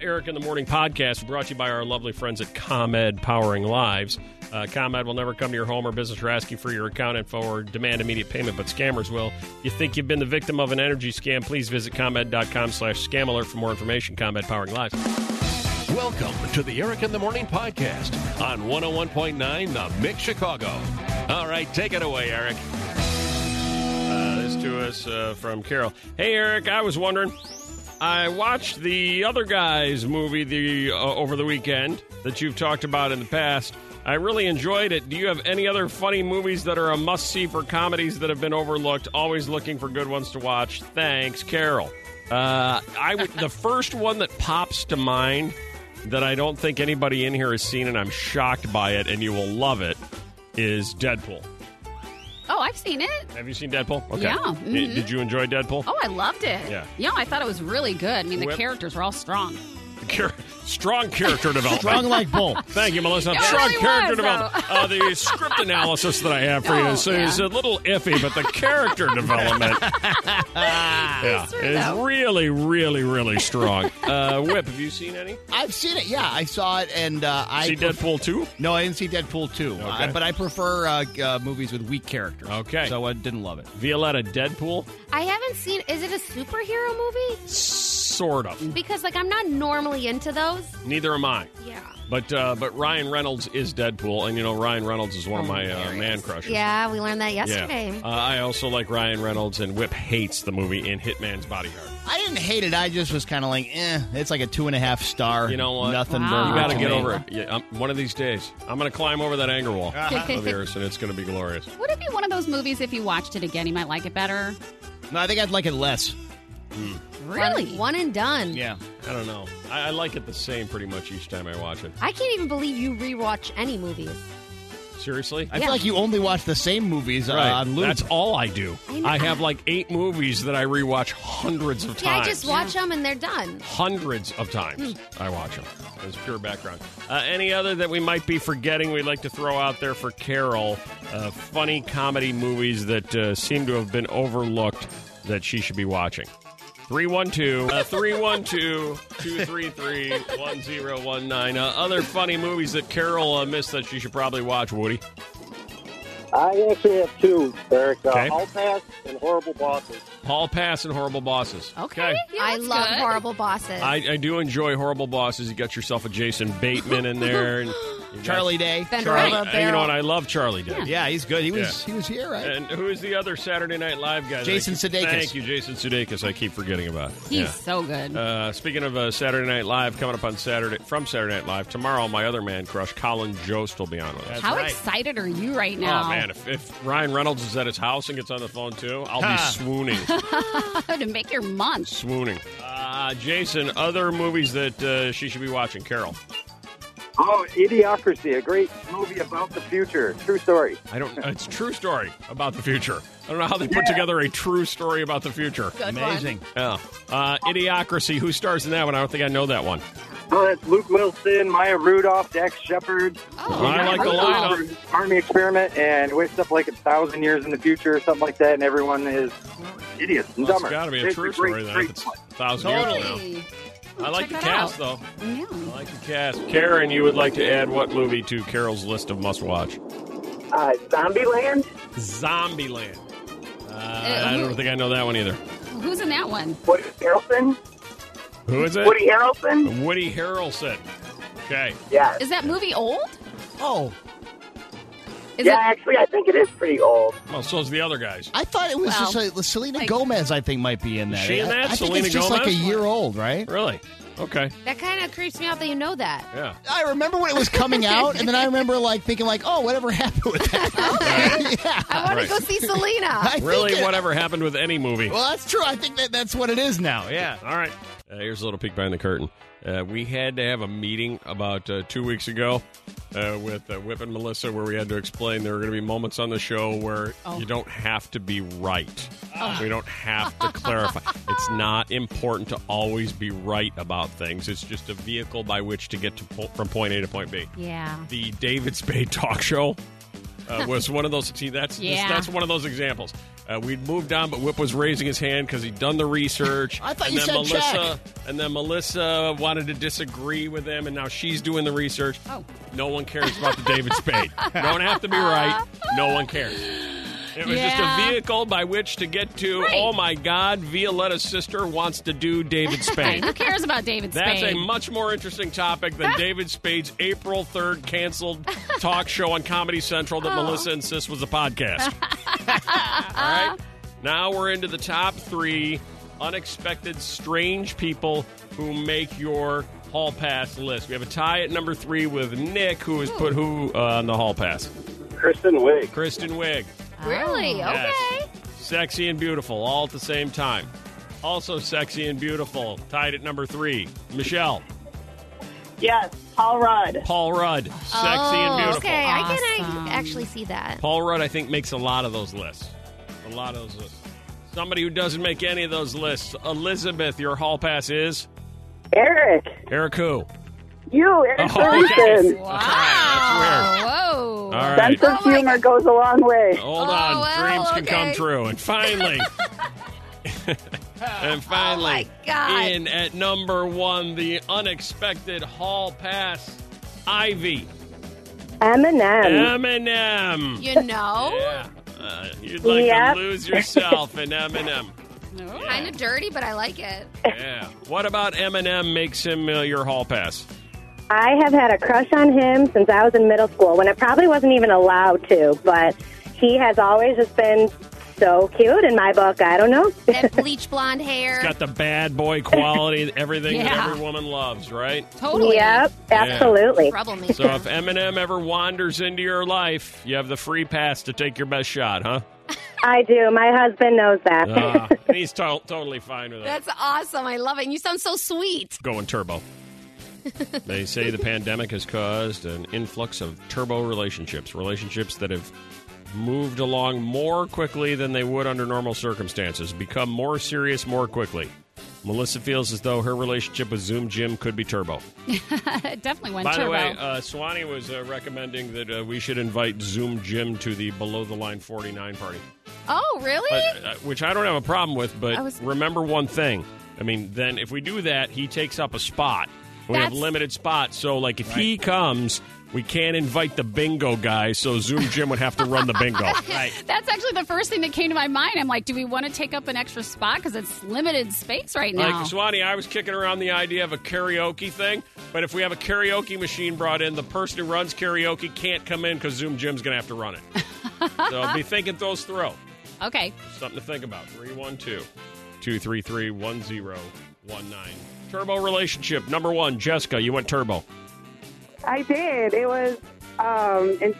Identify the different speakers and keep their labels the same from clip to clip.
Speaker 1: Eric in the Morning podcast brought to you by our lovely friends at ComEd Powering Lives. Uh, ComEd will never come to your home or business or ask you for your account info or demand immediate payment, but scammers will. If you think you've been the victim of an energy scam, please visit ComEd.com slash scam alert for more information. ComEd Powering Lives.
Speaker 2: Welcome to the Eric in the Morning podcast on 101.9 The Mix Chicago. All right, take it away, Eric.
Speaker 1: Uh, this to us uh, from Carol. Hey, Eric, I was wondering. I watched the other guys movie the uh, over the weekend that you've talked about in the past. I really enjoyed it. Do you have any other funny movies that are a must see for comedies that have been overlooked? Always looking for good ones to watch. Thanks, Carol. Uh, I would the first one that pops to mind that I don't think anybody in here has seen, and I'm shocked by it, and you will love it, is Deadpool.
Speaker 3: Oh, I've seen it.
Speaker 1: Have you seen Deadpool?
Speaker 3: Yeah,
Speaker 1: Did-
Speaker 3: mhm.
Speaker 1: Did you enjoy Deadpool?
Speaker 3: Oh, I loved it.
Speaker 1: Yeah.
Speaker 3: I thought it was really good. I mean, the
Speaker 1: Whip.
Speaker 3: characters were all strong.
Speaker 1: Char- strong character development.
Speaker 4: Strong like bull.
Speaker 1: Thank you, Melissa.
Speaker 3: It
Speaker 1: Strong
Speaker 3: really
Speaker 1: character
Speaker 3: was,
Speaker 1: development.
Speaker 3: though.
Speaker 1: Uh, the script analysis that I have for you
Speaker 3: No,
Speaker 1: is, is
Speaker 3: yeah.
Speaker 1: a little iffy, but the character development yeah,
Speaker 3: swear
Speaker 1: is
Speaker 3: though.
Speaker 1: really, really, really strong. Uh, Whip, have you seen any?
Speaker 4: I've seen it. Yeah, I saw it, and uh, I
Speaker 1: See Deadpool 2?
Speaker 4: No, I didn't see Deadpool two. I- but I prefer uh, uh, movies with weak characters.
Speaker 1: Okay.
Speaker 4: so I didn't love it.
Speaker 1: Violetta Deadpool?
Speaker 5: I haven't seen. Is it a superhero movie?
Speaker 1: Sort of.
Speaker 5: Because like I'm not normally into those.
Speaker 1: Neither am I.
Speaker 5: Yeah.
Speaker 1: But uh, but Ryan Reynolds is Deadpool, and you know Ryan Reynolds is
Speaker 3: Oh,
Speaker 1: one of my uh, man crushes.
Speaker 5: Yeah, we learned that
Speaker 1: Yeah.
Speaker 5: yesterday.
Speaker 1: Uh, I also like Ryan Reynolds, and Whip hates the movie in Hitman's Bodyguard.
Speaker 4: I didn't hate it. I just was kind of like, eh. It's like a two and a half star.
Speaker 1: You know what?
Speaker 4: Nothing.
Speaker 3: Wow.
Speaker 4: burger
Speaker 1: You got to
Speaker 4: to
Speaker 1: get
Speaker 4: me.
Speaker 1: over it. Yeah, um, one of these days, I'm going to climb over that anger wall of yours, and it's going to be glorious.
Speaker 3: Would it be one of those movies if you watched it again, you might like it better?
Speaker 4: No, I think I'd like it less.
Speaker 5: One-
Speaker 3: Really?
Speaker 5: One, and done.
Speaker 4: Yeah.
Speaker 1: I don't know. I, I like it the same pretty much each time I watch it.
Speaker 5: I can't even believe you rewatch any movies.
Speaker 1: Seriously?
Speaker 4: I
Speaker 5: Yeah.
Speaker 4: feel like you only watch the same movies uh, on loop.
Speaker 1: That's all I do.
Speaker 5: I know.
Speaker 1: I, have like eight movies that I rewatch hundreds of times.
Speaker 5: Yeah, I just watch them and they're done.
Speaker 1: hundreds of times. I watch them. It's pure background. Uh, any other that we might be forgetting we'd like to throw out there for Carol? Uh, funny comedy movies that uh, seem to have been overlooked that she should be watching. 312 uh, 312 233 1019. Uh, Other funny movies that Carol uh, missed that she should probably watch, Woody.
Speaker 6: I actually have two, Eric. Uh,
Speaker 1: Okay.
Speaker 6: All Pass and Horrible Bosses.
Speaker 1: Paul Pass and Horrible Bosses.
Speaker 3: Okay. Yeah,
Speaker 5: I
Speaker 3: that's
Speaker 5: love
Speaker 3: good.
Speaker 5: horrible bosses.
Speaker 1: I, I do enjoy Horrible Bosses. You got yourself a Jason Bateman in there. And you got-
Speaker 4: Charlie Day.
Speaker 5: Ben
Speaker 1: Charlie,
Speaker 5: Right.
Speaker 1: uh, you know what? I love Charlie Day.
Speaker 4: Yeah, he's good. He was. He was here, right?
Speaker 1: And who is the other Saturday Night Live guy? that
Speaker 4: Jason
Speaker 1: I keep-
Speaker 4: Sudeikis.
Speaker 1: Thank you, Jason Sudeikis. I keep forgetting about.
Speaker 3: He's
Speaker 1: Yeah.
Speaker 3: so good.
Speaker 1: Uh, speaking of uh, Saturday Night Live, coming up on Saturday from Saturday Night Live tomorrow, my other man crush, Colin Jost, will be on with us.
Speaker 3: How
Speaker 4: right.
Speaker 3: excited are you right now?
Speaker 1: Oh man! If, if Ryan Reynolds is at his house and gets on the phone too, I'll be
Speaker 4: Ha.
Speaker 1: swooning,
Speaker 3: to make your month.
Speaker 1: swooning. Uh, Jason, other movies that uh, she should be watching, Carol.
Speaker 6: Oh, Idiocracy, a great movie about the future. True story.
Speaker 1: I don't. It's a true story about the future. I don't know how they put together a true story about the future.
Speaker 3: Good
Speaker 4: Amazing.
Speaker 1: Yeah. Uh, Idiocracy. Who stars in that one? I don't think I know that one.
Speaker 6: Oh, that's Luke Wilson, Maya Rudolph, Dax Shepard.
Speaker 3: One. Oh,
Speaker 1: I like the
Speaker 3: oh.
Speaker 1: lineup.
Speaker 6: Army experiment, and it wakes up like a thousand years in the future or something like that, and everyone is idiots and
Speaker 1: Well,
Speaker 6: dumber.
Speaker 1: it's got to be a
Speaker 6: It's
Speaker 1: true
Speaker 6: great,
Speaker 1: story then.
Speaker 6: great
Speaker 1: If it's
Speaker 6: one.
Speaker 1: a thousand years
Speaker 3: Really?
Speaker 1: from now. I like the
Speaker 3: Check that
Speaker 1: cast
Speaker 3: out.
Speaker 1: though.
Speaker 3: Yeah.
Speaker 1: I like the cast. Karen, you would like to add what movie to Carol's list of must-watch?
Speaker 7: Uh, Zombieland?
Speaker 1: Zombieland. Uh,
Speaker 3: Uh,
Speaker 1: I
Speaker 3: who-
Speaker 1: don't think I know that one either.
Speaker 3: Who's in that one?
Speaker 7: Woody Harrelson?
Speaker 1: Who is it?
Speaker 7: Woody Harrelson?
Speaker 1: Woody Harrelson. Okay.
Speaker 7: Yes.
Speaker 3: Is that movie old?
Speaker 4: Oh,
Speaker 3: Is
Speaker 7: yeah,
Speaker 3: it?
Speaker 7: actually, I think it is pretty old.
Speaker 1: Well, so's the other guys.
Speaker 4: I thought it was
Speaker 3: Well,
Speaker 4: just like Selena
Speaker 3: like-
Speaker 4: Gomez. I think might be in that.
Speaker 1: She in
Speaker 4: I-
Speaker 1: that?
Speaker 4: I, think
Speaker 1: Selena
Speaker 4: it's just like a
Speaker 1: Gomez?
Speaker 4: year old, right?
Speaker 1: Really? Okay.
Speaker 5: that kind of creeps me out that you know that.
Speaker 1: Yeah.
Speaker 4: I remember when it was coming out, and then I remember like thinking like, oh, whatever happened with that? yeah.
Speaker 5: I want
Speaker 1: Ah, Right.
Speaker 5: to go see Selena.
Speaker 4: I think
Speaker 1: Really,
Speaker 4: it-
Speaker 1: whatever happened with any movie.
Speaker 4: Well, that's true. I think that that's what it is now. Yeah.
Speaker 1: All right. Uh, here's a little peek behind the curtain. Uh, we had to have a meeting about uh, two weeks ago uh, with uh, Whip and Melissa where we had to explain there are going to be moments on the show where
Speaker 3: Oh.
Speaker 1: you don't have to be right. We don't have to clarify. it's not important to always be right about things, it's just a vehicle by which to get to po- from point A to point B.
Speaker 5: Yeah.
Speaker 1: The David Spade talk show uh, was one of those. See, that's
Speaker 3: Yeah.
Speaker 1: that's one of those examples. Uh, we'd moved on, but Whip was raising his hand because he'd done the research.
Speaker 4: I thought
Speaker 1: and
Speaker 4: you
Speaker 1: then
Speaker 4: said check.
Speaker 1: Melissa, And then Melissa wanted to disagree with him, and now she's doing the research.
Speaker 3: Oh.
Speaker 1: No one cares about the David Spade. Don't have to be right. No one cares. It was just a
Speaker 3: Yeah.
Speaker 1: vehicle by which to get to,
Speaker 3: Right.
Speaker 1: oh my God, Violetta's sister wants to do David Spade.
Speaker 3: Who cares about David
Speaker 1: That's
Speaker 3: Spade?
Speaker 1: a much more interesting topic than David Spade's April 3rd canceled talk show on Comedy Central that Melissa insists was a podcast. All right. Now we're into the top three unexpected, strange people who make your hall pass list. We have a tie at number three with Nick, who has put who uh, on the hall pass?
Speaker 6: Kristen Wiig.
Speaker 1: Kristen Wiig.
Speaker 5: Really?
Speaker 3: Oh.
Speaker 5: Okay.
Speaker 1: Yes. Sexy and beautiful all at the same time. Also sexy and beautiful, tied at number three. Michelle.
Speaker 7: Yes, Paul Rudd.
Speaker 1: Paul Rudd, sexy and
Speaker 5: Oh,
Speaker 1: beautiful.
Speaker 5: Okay, I
Speaker 3: Awesome.
Speaker 5: can I actually see that.
Speaker 1: Paul Rudd, I think, makes a lot of those lists. A lot of those lists. Somebody who doesn't make any of those lists. Elizabeth, your hall pass is
Speaker 7: Eric.
Speaker 1: Eric who?
Speaker 7: You, Eric
Speaker 1: Oh, okay.
Speaker 7: Thurston.
Speaker 3: Wow.
Speaker 1: That's
Speaker 3: Whoa.
Speaker 1: All right.
Speaker 7: Sense of humor goes a long way.
Speaker 1: Hold
Speaker 5: Oh,
Speaker 1: on.
Speaker 5: well,
Speaker 1: Dreams can come
Speaker 5: okay.
Speaker 1: true. And finally. and finally,
Speaker 5: Oh, my God.
Speaker 1: in at number one, the unexpected hall pass, Ivy.
Speaker 7: Eminem.
Speaker 1: Eminem.
Speaker 5: You know?
Speaker 1: Yeah. Uh, you'd like
Speaker 7: Yep.
Speaker 1: to lose yourself in Eminem.
Speaker 5: Kind of dirty, but I like it.
Speaker 1: Yeah. What about Eminem makes him uh, your hall pass?
Speaker 7: I have had a crush on him since I was in middle school when I probably wasn't even allowed to, but he has always just been so cute in my book. I don't know.
Speaker 5: That bleach blonde hair.
Speaker 1: Got the bad boy quality, everything
Speaker 3: Yeah.
Speaker 1: that every woman loves, right?
Speaker 3: Totally.
Speaker 7: Yep, absolutely.
Speaker 5: Troublemaker.
Speaker 1: So if Eminem ever wanders into your life, you have the free pass to take your best shot, huh?
Speaker 7: I do. My husband knows that.
Speaker 1: Uh, and he's to- totally fine with that.
Speaker 5: That's awesome. I love it. And you sound so sweet.
Speaker 1: Going turbo. they say the pandemic has caused an influx of turbo relationships, relationships that have moved along more quickly than they would under normal circumstances, become more serious more quickly. Melissa feels as though her relationship with Zoom Jim could be turbo.
Speaker 3: It Definitely went
Speaker 1: By
Speaker 3: turbo.
Speaker 1: the way, uh, Swanee was uh, recommending that uh, we should invite Zoom Jim to the Below the Line 49 party,
Speaker 5: Oh, really?
Speaker 1: But, uh, which I don't have a problem with, but
Speaker 5: I was-
Speaker 1: remember one thing. I mean, then if we do that, he takes up a spot. We have
Speaker 5: That's-
Speaker 1: limited spots. So, like, if he comes, we can't invite the bingo guy, so Zoom Jim would have to run the bingo. right.
Speaker 3: That's actually the first thing that came to my mind. I'm like, do we want to take up an extra spot because it's limited space right now?
Speaker 1: Like Swanee, I was kicking around the idea of a karaoke thing, but if we have a karaoke machine brought in, the person who runs karaoke can't come in because Zoom Jim's going to have to run it. so be thinking those through.
Speaker 3: okay.
Speaker 1: Something to think about. 312 233 1019. Turbo relationship number one. Jessica, you went turbo.
Speaker 8: I did. It was um, in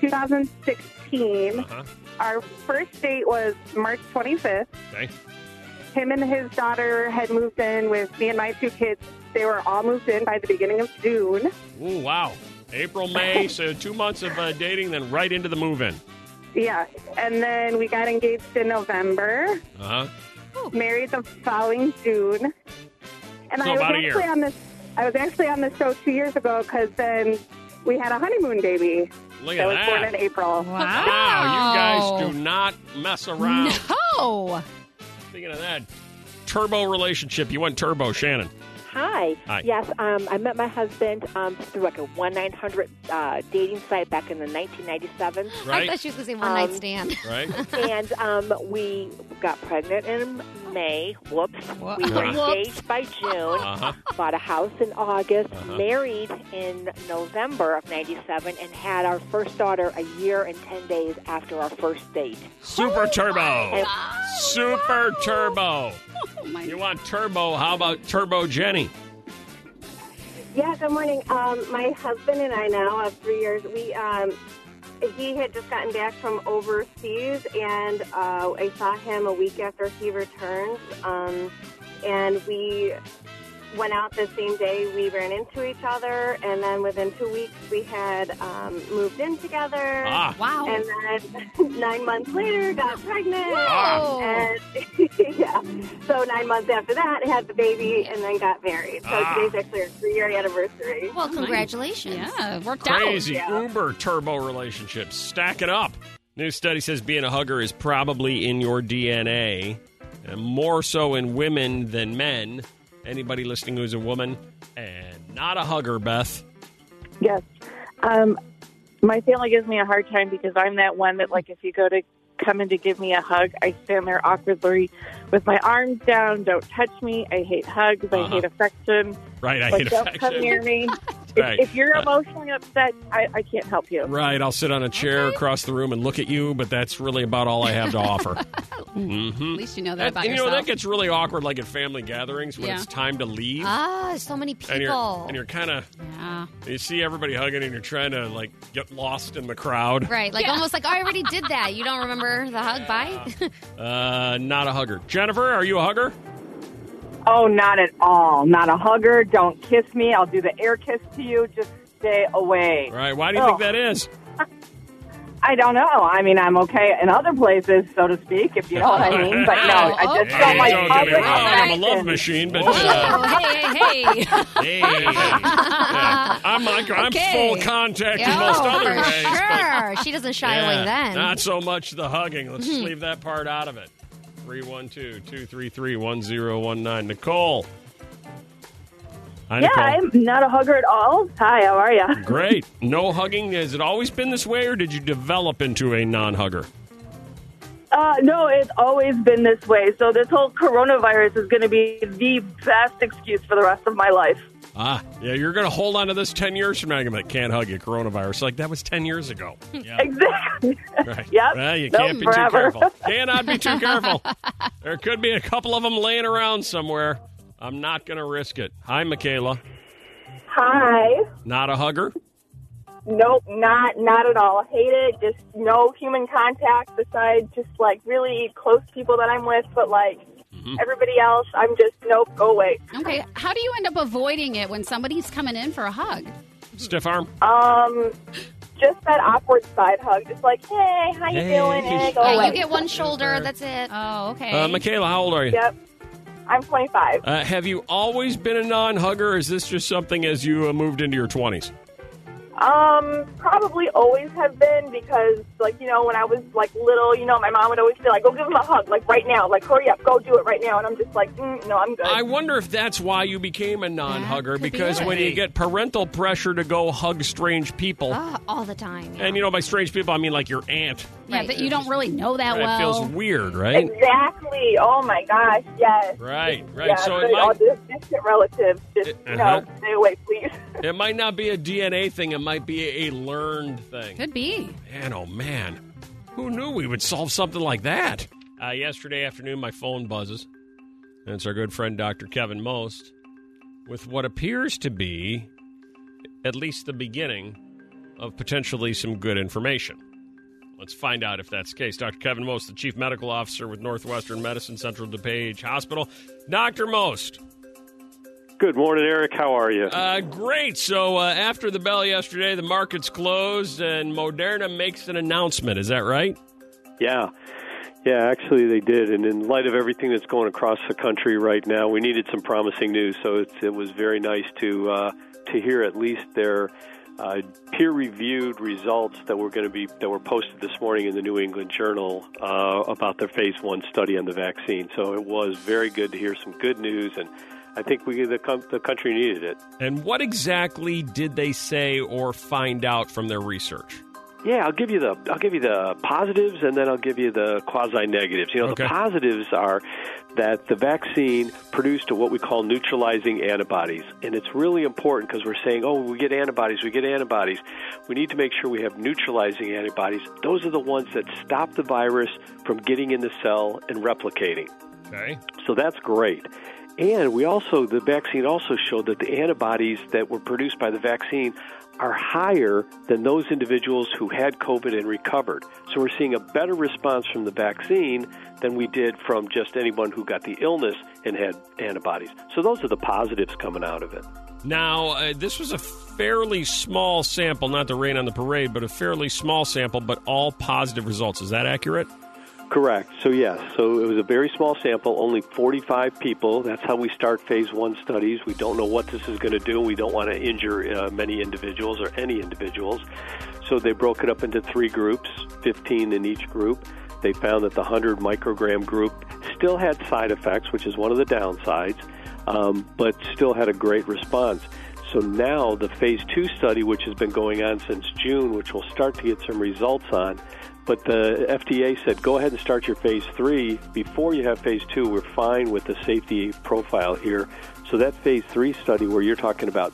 Speaker 8: 2016.
Speaker 1: Uh-huh.
Speaker 8: Our first date was March 25th.
Speaker 1: Okay.
Speaker 8: Him and his daughter had moved in with me and my two kids. They were all moved in by the beginning of June.
Speaker 1: Ooh, wow. April, May, so two months of uh, dating, then right into the move in.
Speaker 8: Yeah. And then we got engaged in November,
Speaker 1: Uh huh.
Speaker 8: married the following June. And
Speaker 1: So
Speaker 8: I was
Speaker 1: about a
Speaker 8: actually
Speaker 1: year.
Speaker 8: on this I was actually on the show 2 years ago cuz then we had a honeymoon baby
Speaker 1: Look
Speaker 8: that
Speaker 1: at
Speaker 8: was born
Speaker 1: that.
Speaker 8: in April.
Speaker 1: Wow, you guys do not mess around.
Speaker 3: Oh,
Speaker 1: Speaking of that, turbo relationship. You went turbo, Shannon.
Speaker 9: Hi.
Speaker 1: Hi.
Speaker 9: Yes, um, I met my husband um, through like a one nine hundred uh, dating site back in the nineteen ninety seven,
Speaker 5: I
Speaker 1: Right?
Speaker 5: thought she was going to say one night
Speaker 9: Um,
Speaker 5: stand.
Speaker 1: Right?
Speaker 9: and um, we got pregnant in May. Whoops.
Speaker 3: Wha-
Speaker 9: Um, We were
Speaker 1: Uh-huh.
Speaker 9: engaged by June.
Speaker 1: Uh-huh.
Speaker 9: Bought a house in August.
Speaker 1: Uh-huh.
Speaker 9: Married in November of ninety seven, and had our first daughter a year and ten days after our first date.
Speaker 1: Super turbo. Super turbo.
Speaker 3: oh my
Speaker 1: You want turbo? How about turbo Jenny?
Speaker 8: Yeah, good morning. Um, my husband and I now have three years. We um, he had just gotten back from overseas, and uh, I saw him a week after he returned, um, and we went out the same day. We ran into each other, and then within two weeks, we had um, moved in together.
Speaker 1: Ah.
Speaker 3: wow.
Speaker 8: And then nine months later, got pregnant.
Speaker 1: Ah.
Speaker 5: Oh.
Speaker 8: And yeah, so nine months after that, had the baby, and then got married. So
Speaker 1: Ah.
Speaker 8: today's actually our three-year anniversary.
Speaker 5: Well, congratulations.
Speaker 3: yeah, it worked out.
Speaker 1: Crazy
Speaker 8: Yeah.
Speaker 1: uber turbo relationships. Stack it up. New study says being a hugger is probably in your DNA, and more so in women than men. Anybody listening who's a woman and not a hugger, Beth.
Speaker 10: Yes. Um, my family gives me a hard time because I'm that one that, like, if you go to come in to give me a hug, I stand there awkwardly with my arms down. Don't touch me. I hate hugs. I
Speaker 1: Uh-huh.
Speaker 10: hate affection.
Speaker 1: Right, I
Speaker 10: like,
Speaker 1: hate
Speaker 10: don't
Speaker 1: affection.
Speaker 10: come near me. If,
Speaker 1: Right.
Speaker 10: if you're
Speaker 1: Uh,
Speaker 10: emotionally upset, I, I can't help you.
Speaker 1: Right, I'll sit on a chair across the room and look at you, but that's really about all I have to offer.
Speaker 3: At
Speaker 1: hmm
Speaker 3: least you know that
Speaker 1: And,
Speaker 3: about
Speaker 1: and you know
Speaker 3: yourself.
Speaker 1: that gets really awkward, like at family gatherings when
Speaker 3: Yeah.
Speaker 1: it's time to leave,
Speaker 5: Ah, so many people.
Speaker 1: and you're and you're kind of
Speaker 3: yeah.
Speaker 1: you see everybody hugging, and you're trying to like get lost in the crowd.
Speaker 5: right, like almost like, oh, I already did that. You don't remember the hug? Bye.
Speaker 1: Uh, not a hugger. Jennifer, are you a hugger?
Speaker 11: Oh, not at all. Not a hugger. Don't kiss me. I'll do the air kiss to you. Just stay away.
Speaker 1: Right? Why do you think
Speaker 11: Oh.
Speaker 1: that is?
Speaker 11: I don't know. I mean, I'm okay in other places, so to speak, if you know what I mean. But no, I just
Speaker 1: Hey,
Speaker 11: don't like
Speaker 1: don't get me
Speaker 11: huggers.
Speaker 1: wrong. I'm a love machine, but
Speaker 5: Oh,
Speaker 1: uh,
Speaker 3: hey, hey, hey.
Speaker 1: hey, Yeah. I'm like I'm
Speaker 5: Okay.
Speaker 1: full contact in
Speaker 5: Yeah,
Speaker 1: most
Speaker 5: oh,
Speaker 1: other
Speaker 5: for
Speaker 1: ways. but-
Speaker 5: Sure. She doesn't shy away then.
Speaker 1: Not so much the hugging. Let's just
Speaker 5: Mhm.
Speaker 1: leave that part out of it. 312 233 1019. Nicole. Hi,
Speaker 10: yeah,
Speaker 1: Nicole.
Speaker 10: I'm not a hugger at all. Hi, how are you?
Speaker 1: Great. No hugging. Has it always been this way, or did you develop into a non hugger?
Speaker 10: Uh, no, it's always been this way. So this whole coronavirus is going to be the best excuse for the rest of my life.
Speaker 1: Ah, yeah, you're going to hold on to this 10 years from now. You're going to be like, can't hug you, coronavirus. Like, that was 10 years ago. Yeah.
Speaker 10: Exactly.
Speaker 1: Right.
Speaker 10: Yep.
Speaker 1: Well, you
Speaker 10: Nope,
Speaker 1: can't be too
Speaker 10: forever.
Speaker 1: careful. Cannot be too careful. There could be a couple of them laying around somewhere. I'm not going to risk it. Hi, Michaela.
Speaker 12: Hi.
Speaker 1: Not a hugger?
Speaker 12: Nope, not not at all. Hate it. Just no human contact besides just like really close people that I'm with, but like
Speaker 1: Mm-hmm.
Speaker 12: everybody else, I'm just nope, go away.
Speaker 3: Okay, how do you end up avoiding it when somebody's coming in for a hug?
Speaker 1: Stiff arm?
Speaker 12: Um just that awkward side hug, just like, hey, how you
Speaker 1: Hey.
Speaker 12: doing? Eh, go
Speaker 5: Yeah,
Speaker 12: away.
Speaker 5: you get one shoulder. That's it.
Speaker 3: Oh, okay.
Speaker 1: Uh, Michaela, how old are you?
Speaker 12: Yep. I'm 25.
Speaker 1: Uh, have you always been a non hugger? Is this just something as you uh, moved into your 20s?
Speaker 12: Um, probably always have been because, like, you know, when I was like little, you know, my mom would always be like, "Go give him a hug, like right now, like hurry up, go do it right now," and I'm just like, mm, "No, I'm good."
Speaker 1: I wonder if that's why you became a non hugger
Speaker 5: could be
Speaker 1: because
Speaker 5: it.
Speaker 1: when you get parental pressure to go hug strange people,
Speaker 5: Ah, all the time. yeah.
Speaker 1: and you know, by strange people, I mean like your aunt.
Speaker 3: yeah, that you don't really know that
Speaker 1: Right? It
Speaker 3: well.
Speaker 1: feels weird, right?
Speaker 12: Exactly. Oh my gosh. Yes.
Speaker 1: Right, right.
Speaker 12: Yeah,
Speaker 1: so
Speaker 12: good.
Speaker 1: it
Speaker 12: all
Speaker 1: might,
Speaker 12: the distant relatives, just you
Speaker 1: Uh-huh.
Speaker 12: know, stay away, please.
Speaker 1: it might not be a DNA thing, it might be a learned thing.
Speaker 3: Could be.
Speaker 1: Man, oh man, who knew we would solve something like that? Uh, yesterday afternoon, my phone buzzes, and it's our good friend Dr. Kevin Most with what appears to be at least the beginning of potentially some good information. Let's find out if that's the case. Dr. Kevin Most, the Chief Medical Officer with Northwestern Medicine Central DuPage Hospital. Dr. Most,
Speaker 13: Good morning, Eric. How are you?
Speaker 1: uh, great. So uh, after the bell yesterday, the markets closed, and Moderna makes an announcement. Is that right?
Speaker 13: yeah. Yeah, actually, they did. And in light of everything that's going across the country right now, we needed some promising news. So it's, it was very nice to uh, to hear at least their uh, peer-reviewed results that were going to be that were posted this morning in the New England Journal uh, about their phase one study on the vaccine. So it was very good to hear some good news, and I think we the, com- the country needed it.
Speaker 1: And what exactly did they say or find out from their research?
Speaker 13: Yeah, I'll give you the I'll give you the positives and then I'll give you the quasi negatives. You know,
Speaker 1: Okay.
Speaker 13: the positives are that the vaccine produced what we call neutralizing antibodies, and it's really important because we're saying, oh, we get antibodies, we get antibodies. We need to make sure we have neutralizing antibodies. Those are the ones that stop the virus from getting in the cell and replicating.
Speaker 1: Okay.
Speaker 13: So that's great. And we also, the vaccine also showed that the antibodies that were produced by the vaccine are higher than those individuals who had COVID and recovered. So we're seeing a better response from the vaccine than we did from just anyone who got the illness and had antibodies. So those are the positives coming out of it.
Speaker 1: Now, uh, this was a fairly small sample, not the rain on the parade, but a fairly small sample, but all positive results. Is that accurate? Correct. So yes. So it was a very small sample, only 45 people. That's how we start phase one studies. We don't know what this is going to do. We don't want to injure uh, many individuals or any individuals. So they broke it up into three groups, 15 in each group. They found that the 100 microgram group still had side effects, which is one of the downsides, um, but still had a great response. So now the phase two study, which has been going on since June, which we'll start to get some results on, but the FDA said go ahead and start your phase three before you have phase two. We're fine with the safety profile here. So that phase three study, where you're talking about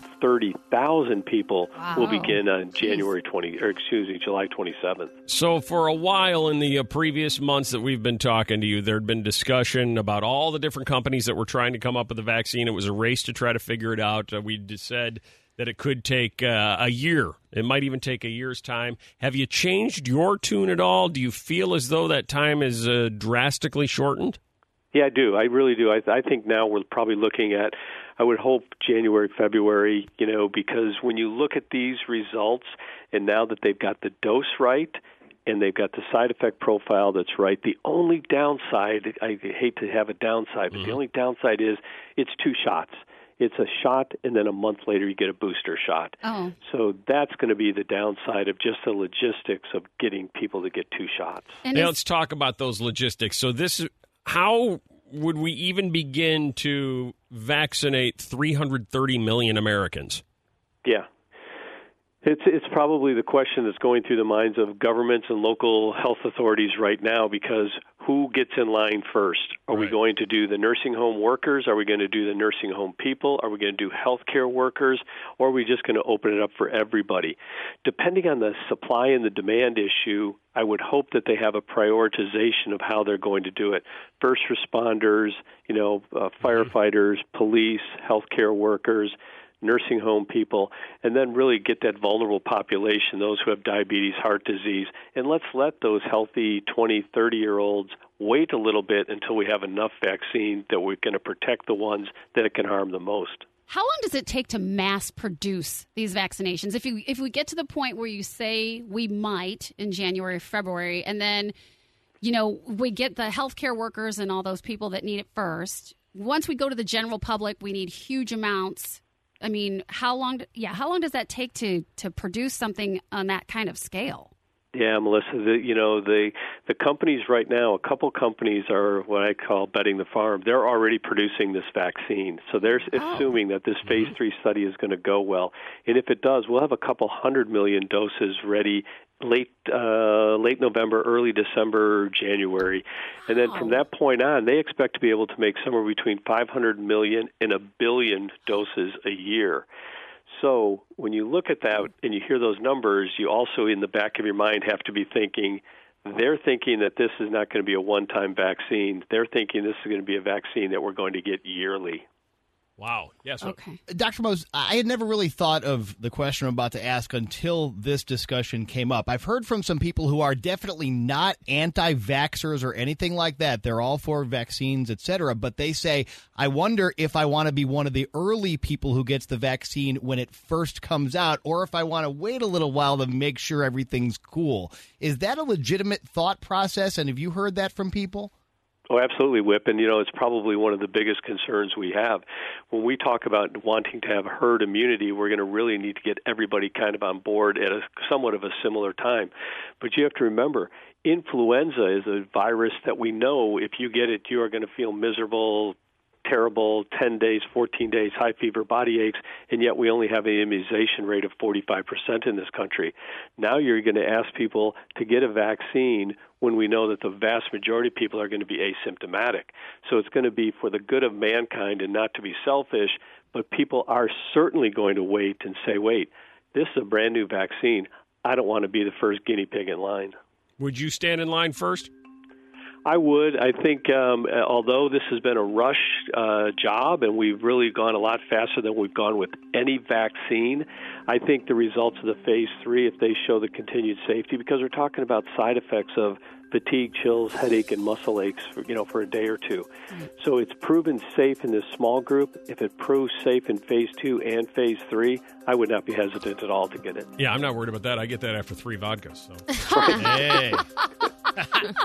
Speaker 1: 30,000 people, will
Speaker 3: Wow.
Speaker 1: begin on January 20, or excuse me, July 27th.
Speaker 8: So, for a while in the uh, previous months that we've been talking to you, there had been discussion about all the different companies that were trying to come up with a vaccine. It was a race to try to figure it out. Uh, we d- said that it could take uh, a year, it might even take a year's time. Have you changed your tune at all? Do you feel as though that time is uh, drastically shortened?
Speaker 1: Yeah, I do. I really do. I, I think now we're probably looking at, I would hope January, February, you know, because when you look at these results and now that they've got the dose right and they've got the side effect profile that's right, the only downside, I hate to have a downside, but the only downside is it's two shots. It's a shot, and then a month later you get a booster shot.
Speaker 3: Oh.
Speaker 1: So that's going to be the downside of just the logistics of getting people to get two shots.
Speaker 8: now let's talk about those logistics. So this, how would we even begin to vaccinate 330 million Americans?
Speaker 1: Yeah. It's it's probably the question that's going through the minds of governments and local health authorities right now because who gets in line first? Are we going to do the nursing home workers? Are we going to do the nursing home people? Are we going to do healthcare workers? Or are we just going to open it up for everybody? Depending on the supply and the demand issue, I would hope that they have a prioritization of how they're going to do it. First responders, you know, uh, firefighters, police, healthcare workers, nursing home people, and then really get that vulnerable population, those who have diabetes, heart disease, and let's let those healthy 20, 30 year olds wait a little bit until we have enough vaccine that we're going to protect the ones that it can harm the most.
Speaker 3: How long does it take to mass produce these vaccinations? If you if we get to the point where you say we might in January or February, and then you know we get the healthcare workers and all those people that need it first. Once we go to the general public, we need huge amounts. I mean, how long? Yeah, how long does that take to to produce something on that kind of scale?
Speaker 1: Yeah, Melissa. The, you know the the companies right now. A couple companies are what I call betting the farm. They're already producing this vaccine, so they're assuming that this phase three study is going to go well. And if it does, we'll have a couple hundred million doses ready late uh, late November, early December, January, and then from that point on, they expect to be able to make somewhere between 500 million and a billion doses a year. So when you look at that and you hear those numbers, you also in the back of your mind have to be thinking they're thinking that this is not going to be a one-time vaccine. They're thinking this is going to be a vaccine that we're going to get yearly.
Speaker 8: Wow. Yes.
Speaker 3: Okay.
Speaker 4: Dr. Mose, I had never really thought of the question I'm about to ask until this discussion came up. I've heard from some people who are definitely not anti-vaxxers or anything like that. They're all for vaccines, etc., but they say, "I wonder if I want to be one of the early people who gets the vaccine when it first comes out or if I want to wait a little while to make sure everything's cool." Is that a legitimate thought process and have you heard that from people?
Speaker 1: Oh, absolutely, Whip. And, you know, it's probably one of the biggest concerns we have. When we talk about wanting to have herd immunity, we're going to really need to get everybody kind of on board at a somewhat of a similar time. But you have to remember, influenza is a virus that we know if you get it, you are going to feel miserable, terrible 10 days, 14 days, high fever, body aches, and yet we only have an immunization rate of 45% in this country. Now you're going to ask people to get a vaccine when we know that the vast majority of people are going to be asymptomatic. So it's going to be for the good of mankind and not to be selfish, but people are certainly going to wait and say, wait, this is a brand new vaccine. I don't want to be the first guinea pig in line.
Speaker 8: Would you stand in line first?
Speaker 1: I would. I think, um, uh, although this has been a rush uh, job and we've really gone a lot faster than we've gone with any vaccine, I think the results of the phase three, if they show the continued safety, because we're talking about side effects of fatigue, chills, headache, and muscle aches, for, you know, for a day or two.
Speaker 3: Mm-hmm.
Speaker 1: So it's proven safe in this small group. If it proves safe in phase two and phase three, I would not be hesitant at all to get it.
Speaker 8: Yeah, I'm not worried about that. I get that after three vodkas. So.
Speaker 1: Right.
Speaker 8: hey.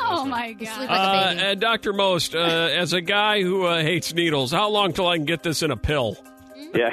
Speaker 3: oh my god!
Speaker 1: Uh, and Dr. Most, uh, as a guy who uh, hates needles, how long till I can get this in a pill?
Speaker 13: Yeah,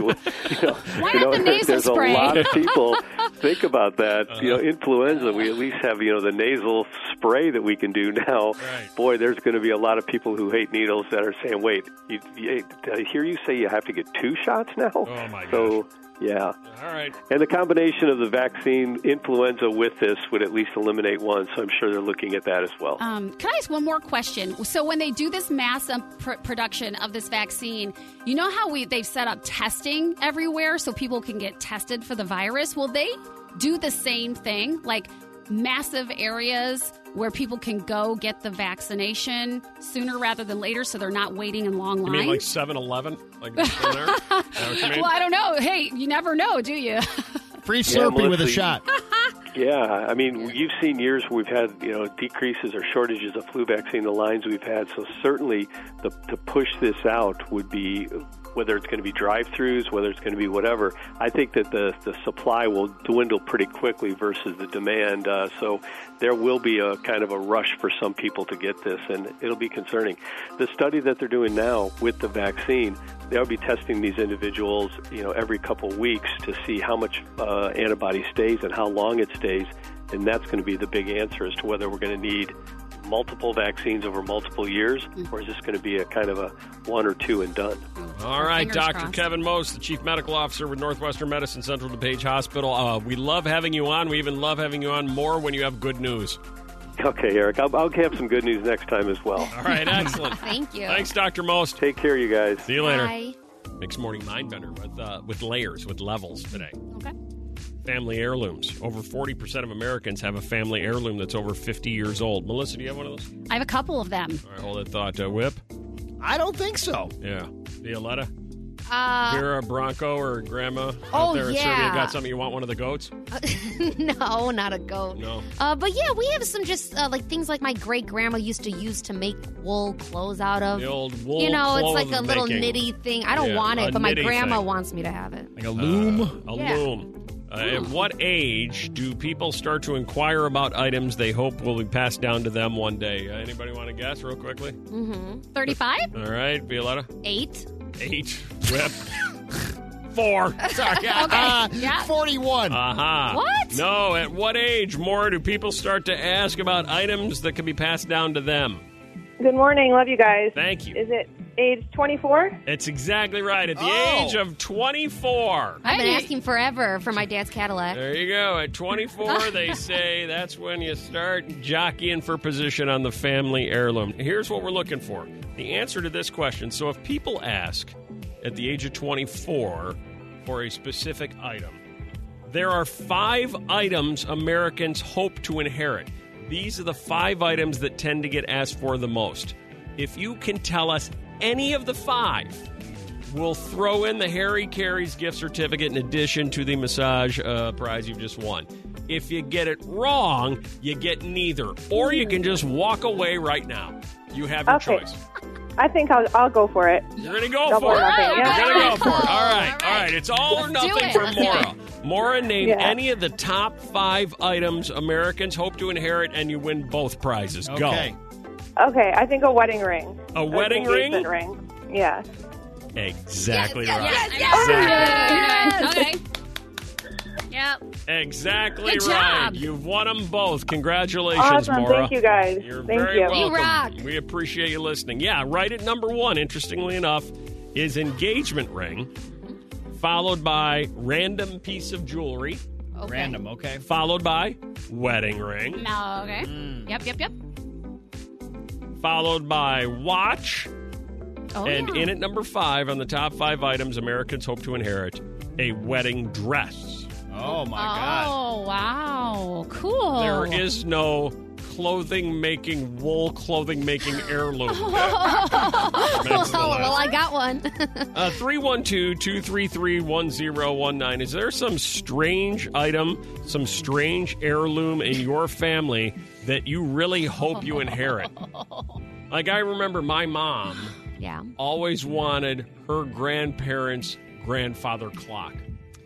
Speaker 13: Well, you know,
Speaker 3: Why
Speaker 13: you know,
Speaker 3: not the nasal
Speaker 13: there's
Speaker 3: spray?
Speaker 13: a lot of people think about that. You know, influenza, we at least have, you know, the nasal spray that we can do now. Boy, there's going to be a lot of people who hate needles that are saying, wait, you, you, did I hear you say you have to get two shots now? Oh, my God. So, yeah.
Speaker 1: All right.
Speaker 13: And the combination of the vaccine influenza with this would at least eliminate one, so I'm sure they're looking at that as well.
Speaker 3: Um, can I ask one more question? So when they do this mass um, pr- production of this vaccine, you know how we they've set up testing everywhere so people can get tested for the virus. Will they do the same thing, like massive areas where people can go get the vaccination sooner rather than later, so they're not waiting in long
Speaker 1: You
Speaker 3: lines?
Speaker 1: mean like 7 Eleven? Like this one there? Is that what you mean?
Speaker 3: well, I don't know. Hey, you never know, do you?
Speaker 4: Free
Speaker 13: Yeah,
Speaker 4: Slurpee with a
Speaker 13: Melissa,
Speaker 4: shot.
Speaker 13: Yeah, I mean, you've seen years where we've had you know decreases or shortages of flu vaccine. The lines we've had, so certainly the, to push this out would be whether it's going to be drive-throughs, whether it's going to be whatever. I think that the the supply will dwindle pretty quickly versus the demand. Uh, so there will be a kind of a rush for some people to get this, and it'll be concerning. The study that they're doing now with the vaccine, they'll be testing these individuals, you know, every couple weeks to see how much uh, antibody stays and how long it stays, and that's going to be the big answer as to whether we're going to need multiple vaccines over multiple years, or is this going to be a kind of a one or two and done?
Speaker 1: All right,
Speaker 13: Fingers
Speaker 1: Dr.
Speaker 13: crossed.
Speaker 1: Kevin Most, the Chief Medical Officer with Northwestern Medicine Central DePage Hospital. Uh, we love having you on. We even love having you on more when you have good news.
Speaker 13: Okay, Eric, I'll, I'll have some good news next time as well.
Speaker 1: All right, excellent.
Speaker 5: Thank you.
Speaker 1: Thanks, Dr. Most.
Speaker 13: Take care, you guys.
Speaker 1: See you later.
Speaker 5: Bye.
Speaker 1: Mixed Morning Mindbender with, uh, with layers, with levels today. Okay. Family heirlooms. Over 40% of Americans have a family heirloom that's over 50 years old. Melissa, do you have one of those?
Speaker 3: I have a couple of them.
Speaker 1: All right, hold that thought. Uh, Whip?
Speaker 4: I don't think so.
Speaker 1: Yeah. Violetta?
Speaker 5: Uh,
Speaker 1: Vera Bronco or Grandma out
Speaker 5: Oh,
Speaker 1: there in Serbia
Speaker 5: yeah.
Speaker 1: got something? You want one of the goats?
Speaker 5: no, not a goat.
Speaker 1: No.
Speaker 5: Uh, but yeah, we have some just uh, like things like my great grandma used to use to make wool clothes out of.
Speaker 1: The old wool
Speaker 5: You know, it's like
Speaker 1: cloth
Speaker 5: a little
Speaker 1: making.
Speaker 5: nitty thing. I don't
Speaker 1: Yeah,
Speaker 5: want
Speaker 1: a
Speaker 5: it, but my
Speaker 1: knitting
Speaker 5: grandma
Speaker 1: thing.
Speaker 5: wants me to have it.
Speaker 4: Like a loom?
Speaker 1: a
Speaker 5: Yeah.
Speaker 1: loom. Uh, at what age do people start to inquire about items they hope will be passed down to them one day? Uh, anybody want to guess real quickly?
Speaker 5: Mm-hmm.
Speaker 3: 35?
Speaker 1: All right, Violetta.
Speaker 5: Eight?
Speaker 1: Eight. Whip. Four. Sorry.
Speaker 4: Uh, 41.
Speaker 1: Uh-huh.
Speaker 4: What?
Speaker 1: No, at what age more do people start to ask about items that can be passed down to them?
Speaker 14: Good morning. Love you guys.
Speaker 1: Thank you.
Speaker 14: Is it age 24?
Speaker 1: It's exactly right. At the
Speaker 5: Oh.
Speaker 1: age of 24.
Speaker 5: I've been asking forever for my dad's Cadillac.
Speaker 1: There you go. At 24, they say that's when you start jockeying for position on the family heirloom. Here's what we're looking for the answer to this question. So, if people ask at the age of 24 for a specific item, there are five items Americans hope to inherit. These are the five items that tend to get asked for the most. If you can tell us any of the five, We'll throw in the Harry Carey's gift certificate in addition to the massage uh, prize you've just won. If you get it wrong, you get neither, or you can just walk away right now. You have your
Speaker 14: Okay.
Speaker 1: choice.
Speaker 14: I think I'll, I'll go for it.
Speaker 1: You're gonna go
Speaker 14: Double
Speaker 1: for
Speaker 14: or
Speaker 1: it.
Speaker 14: nothing, yeah.
Speaker 1: You're gonna go for it. All right, all right. It's all or
Speaker 14: Let's do
Speaker 1: nothing
Speaker 14: it.
Speaker 1: for
Speaker 14: Let's do
Speaker 1: Mora. Mora, name
Speaker 14: Yeah.
Speaker 1: any of the top five items Americans hope to inherit, and you win both prizes.
Speaker 4: Okay.
Speaker 14: Okay, I think a wedding ring.
Speaker 1: Go. A
Speaker 14: Or an
Speaker 1: wedding ring.
Speaker 14: engagement ring. Yeah.
Speaker 1: Exactly right.
Speaker 3: Okay. Yep.
Speaker 1: Exactly
Speaker 3: Good
Speaker 1: right.
Speaker 3: job.
Speaker 1: You've won them both. Congratulations,
Speaker 14: Awesome.
Speaker 1: Maura.
Speaker 14: Thank you, guys.
Speaker 1: You're
Speaker 14: Thank
Speaker 1: very
Speaker 14: you. You
Speaker 1: welcome.
Speaker 14: rock.
Speaker 1: We appreciate you listening. Yeah, right at number one, interestingly enough, is engagement ring, followed by random piece of jewelry,
Speaker 3: Okay. Random,
Speaker 4: okay.
Speaker 1: followed by wedding ring,
Speaker 3: No, okay.
Speaker 1: Mm.
Speaker 3: Yep, yep, yep.
Speaker 1: followed by watch,
Speaker 3: Oh,
Speaker 1: and
Speaker 3: yeah.
Speaker 1: in at number five on the top five items Americans hope to inherit, a wedding dress.
Speaker 4: Oh my
Speaker 3: Oh, wow. Cool.
Speaker 1: There is no clothing making, wool clothing making heirloom.
Speaker 5: well, well, I got one.
Speaker 1: Uh, 312 233 1019. Is there some strange item, some strange heirloom in your family that you really hope you inherit? Like, I remember my mom
Speaker 5: yeah.
Speaker 1: always wanted her grandparents' grandfather clock.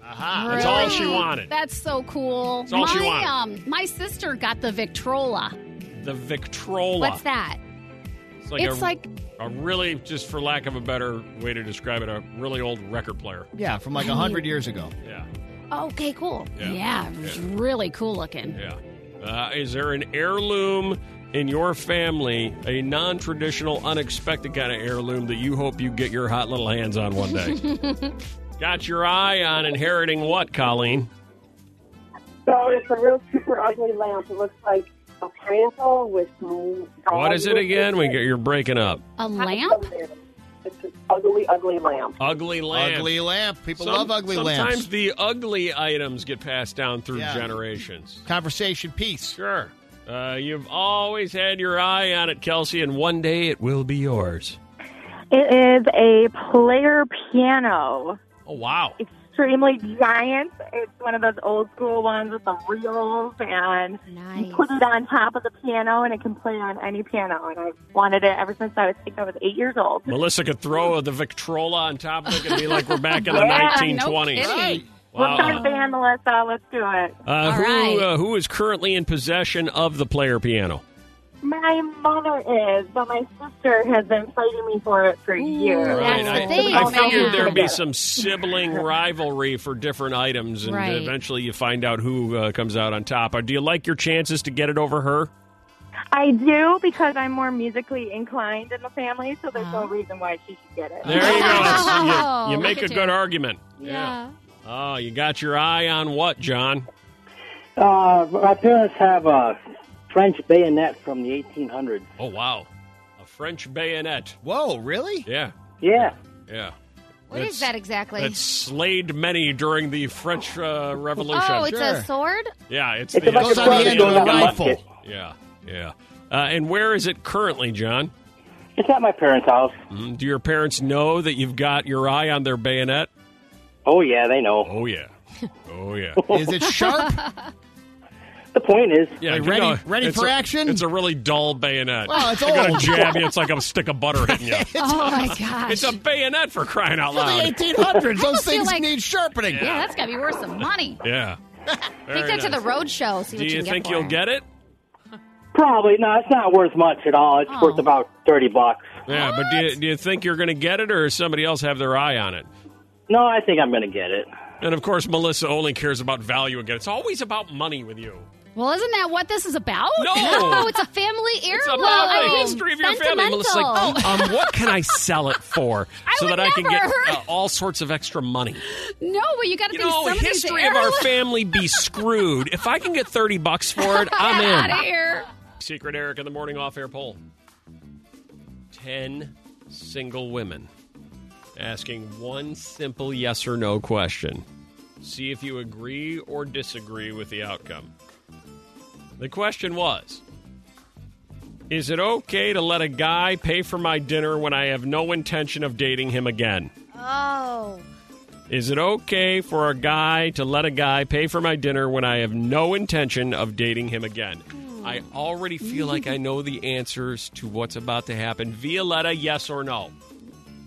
Speaker 1: Aha. That's all she
Speaker 3: Really?
Speaker 1: wanted.
Speaker 3: That's so cool.
Speaker 1: That's all
Speaker 3: my,
Speaker 1: she wanted.
Speaker 3: Um, my sister got the Victrola.
Speaker 1: The Victrola.
Speaker 3: What's that?
Speaker 1: It's like,
Speaker 3: It's
Speaker 1: a,
Speaker 3: like-
Speaker 1: a really, just for lack of a better way to describe it, a really old record player.
Speaker 4: Yeah, from like a hundred years ago.
Speaker 1: Yeah.
Speaker 3: okay, cool.
Speaker 1: Yeah.
Speaker 3: Yeah, it was really cool looking.
Speaker 1: Yeah. Uh, is there an heirloom in your family, a non traditional, unexpected kind of heirloom that you hope you get your hot little hands on one day? Got your eye on inheriting what, Colleen?
Speaker 8: So it's a real super ugly lamp. It looks like a pineapple with some.
Speaker 1: What is it again? We get, you're breaking up.
Speaker 3: A lamp?
Speaker 8: It's an ugly, ugly lamp.
Speaker 1: Ugly lamp.
Speaker 4: Ugly lamp. People love ugly
Speaker 1: sometimes
Speaker 4: lamps.
Speaker 1: Sometimes the ugly items get passed down through
Speaker 4: Yeah.
Speaker 1: generations.
Speaker 4: Conversation piece.
Speaker 1: Sure. Uh, you've always had your eye on it, Kelsey, and one day it will be yours.
Speaker 13: It is a player piano.
Speaker 1: Oh, wow.
Speaker 13: Extremely giant. It's one of those old school ones with the reels, and you put it on top of the piano, and it can play on any piano. And I've wanted it ever since I was, I think I was eight years old.
Speaker 1: Melissa could throw the Victrola on top of it and be like, we're back in the
Speaker 13: Yeah, no
Speaker 3: Ah,
Speaker 1: 1920s.
Speaker 13: kidding. Right. We're
Speaker 1: Wow.
Speaker 13: part band, Melissa. Let's do it.
Speaker 1: Uh, who, uh, who is currently in possession of the player piano?
Speaker 13: My mother is, but my sister has been fighting me for it for years.
Speaker 1: Right. I, I figured there'd be some sibling rivalry for different items, and
Speaker 13: Right.
Speaker 1: eventually you find out who uh, comes out on top. Uh, do you like your chances to get it over her?
Speaker 13: I do because I'm more musically inclined in the family, so there's no reason why she should get it.
Speaker 1: There you go.
Speaker 13: Wow.
Speaker 1: You- you,
Speaker 13: Look
Speaker 1: make
Speaker 13: at
Speaker 1: a
Speaker 13: you.
Speaker 1: good argument.
Speaker 13: Yeah.
Speaker 1: Oh, you got your eye on what, John?
Speaker 7: Uh, my parents have a French bayonet from the 1800s.
Speaker 1: Oh, wow. A French bayonet.
Speaker 4: Whoa, really?
Speaker 1: Yeah,
Speaker 7: Yeah.
Speaker 1: yeah.
Speaker 5: What is that exactly?
Speaker 1: That slayed many during the French uh, Revolution.
Speaker 5: oh, it's a sword.
Speaker 1: Yeah, it's,
Speaker 5: It's
Speaker 1: the,
Speaker 5: like a Goes on the sword end that of goes a on a rifle. musket.
Speaker 1: Yeah, yeah. Uh, and where is it currently, John?
Speaker 7: It's at my parents' house.
Speaker 1: Mhm. Do your parents know that you've got your eye on their bayonet?
Speaker 7: Oh yeah, they know.
Speaker 1: Oh yeah, oh yeah.
Speaker 4: Is it sharp?
Speaker 7: The point is,
Speaker 1: Yeah,
Speaker 4: Like,
Speaker 1: you
Speaker 4: ready-
Speaker 1: know,
Speaker 4: ready
Speaker 1: it's
Speaker 4: for
Speaker 1: a-
Speaker 4: action?
Speaker 1: It's a really dull bayonet.
Speaker 4: Well, it's
Speaker 1: you gotta
Speaker 4: old.
Speaker 1: jab you. It's like a stick of butter hitting you.
Speaker 3: oh my gosh.
Speaker 1: It's a bayonet for crying out
Speaker 4: For the
Speaker 1: loud.
Speaker 4: 1800s.
Speaker 3: I
Speaker 4: Those
Speaker 3: almost feel
Speaker 4: things
Speaker 3: like-
Speaker 4: need sharpening.
Speaker 3: Yeah, that's got to be worth some money.
Speaker 1: Yeah.
Speaker 5: Take that to the road show. See
Speaker 1: Do
Speaker 5: what you,
Speaker 1: you
Speaker 5: can
Speaker 1: think
Speaker 5: get for
Speaker 1: you'll
Speaker 5: it.
Speaker 1: get it?
Speaker 7: probably no. It's not worth much at all. It's worth about thirty bucks.
Speaker 1: Yeah, but do you, do you think you're going to get it, or is somebody else have their eye on it?
Speaker 7: No, I think I'm going to get it.
Speaker 1: And of course, Melissa only cares about value again. It's always about money with you.
Speaker 3: Well, isn't that what this is about? Oh,
Speaker 1: No.
Speaker 3: it's a family heirloom.
Speaker 1: It's about the history of "Oh, your family. Melissa's like,
Speaker 3: Sentimental.
Speaker 1: "Oh, um, what can I sell it for so that I can get
Speaker 3: never.
Speaker 1: uh, all sorts of extra money?
Speaker 3: No, but you got to
Speaker 1: You
Speaker 3: think
Speaker 1: know,
Speaker 3: some of these
Speaker 1: history of our
Speaker 3: heirlooms-
Speaker 1: family be screwed. If I can get thirty bucks for it, I'm
Speaker 3: Get
Speaker 1: in.
Speaker 3: outta here.
Speaker 1: Secret Eric in the morning off air poll. 10 single women asking one simple yes or no question. See if you agree or disagree with the outcome. The question was Is it okay to let a guy pay for my dinner when I have no intention of dating him again?
Speaker 5: Oh,
Speaker 1: Is it okay for a guy to let a guy pay for my dinner when I have no intention of dating him again? I already feel like I know the answers to what's about to happen. Violetta, yes or no?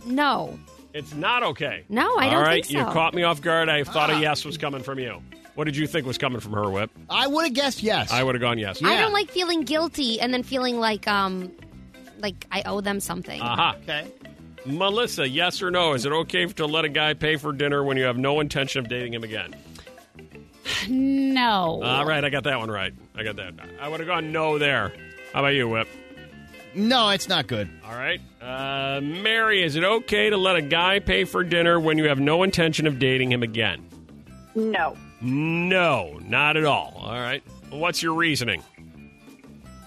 Speaker 5: no.
Speaker 1: It's not okay.
Speaker 5: No, I
Speaker 1: All
Speaker 5: don't
Speaker 1: right,
Speaker 5: think so. Ah.
Speaker 1: you caught me off guard. I thought a yes was coming from you. What did you think was coming from her, Whip?
Speaker 4: I would have guessed yes.
Speaker 1: I would have gone yes.
Speaker 5: I don't like feeling guilty and then feeling like um, like I owe them something.
Speaker 1: Aha.
Speaker 4: Okay.
Speaker 1: Melissa, yes or no? Is it okay to let a guy pay for dinner when you have no intention of dating him again?
Speaker 3: No.
Speaker 1: All right, I got that one right. I got that. I would have gone no there. How about you, Whip?
Speaker 4: No, it's not good.
Speaker 1: All right. Uh, Mary, is it okay to let a guy pay for dinner when you have no intention of dating him again?
Speaker 15: No.
Speaker 1: No, not at all. All right. What's your reasoning?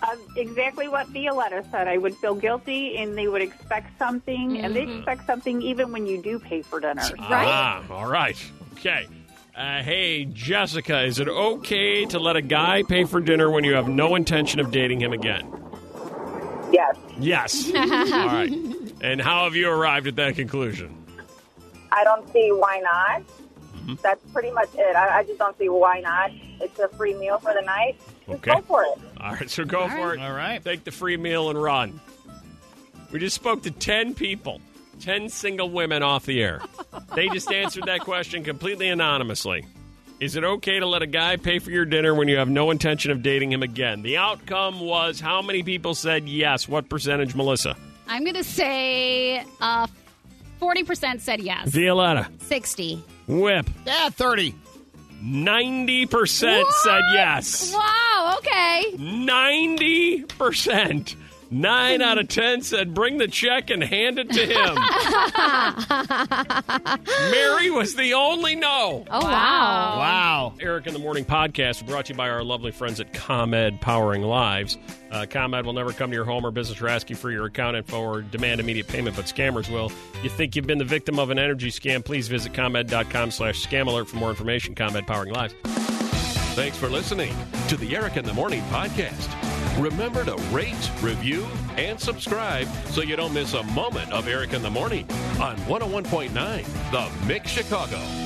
Speaker 15: Uh, exactly what Violetta said. I would feel guilty, and they would expect something, and they expect something even when you do pay for dinner.
Speaker 1: Ah, all right. Okay. Uh, hey, Jessica, is it okay to let a guy pay for dinner when you have no intention of dating him again?
Speaker 15: Yes.
Speaker 1: Yes. all right. And how have you arrived at that conclusion?
Speaker 16: I don't see why not.
Speaker 1: Mm-hmm.
Speaker 16: That's pretty much it. I, I just don't see why not. It's a free meal for the night. Just
Speaker 1: Okay.
Speaker 16: Go for it.
Speaker 1: All right, so go
Speaker 16: All
Speaker 1: for
Speaker 16: right.
Speaker 1: it. All right. Take the free meal and run. We just spoke to 10 people. 10 single women off the air. They just answered that question completely anonymously. Is it okay to let a guy pay for your dinner when you have no intention of dating him again? The outcome was how many people said yes? What percentage, Melissa?
Speaker 3: I'm going to say uh, 40% said yes.
Speaker 1: Violetta.
Speaker 5: 60.
Speaker 1: Whip.
Speaker 4: Yeah, 30.
Speaker 1: 90% said yes.
Speaker 3: Wow, okay.
Speaker 1: 90%. Nine out of 10 said bring the check and hand it to him. Mary was the only no.
Speaker 3: Oh, wow.
Speaker 1: Wow. Eric in the Morning podcast brought to you by our lovely friends at ComEd Powering Lives. Uh, ComEd will never come to your home or business or ask you for your account info or demand immediate payment, but scammers will. You think you've been the victim of an energy scam, please visit ComEd.com slash scam alert for more information. ComEd Powering Lives.
Speaker 2: Thanks for listening to the Eric in the Morning podcast. Remember to rate, review, and subscribe so oh you don't miss a moment of Eric in the Morning on 101.9 The Mix Chicago.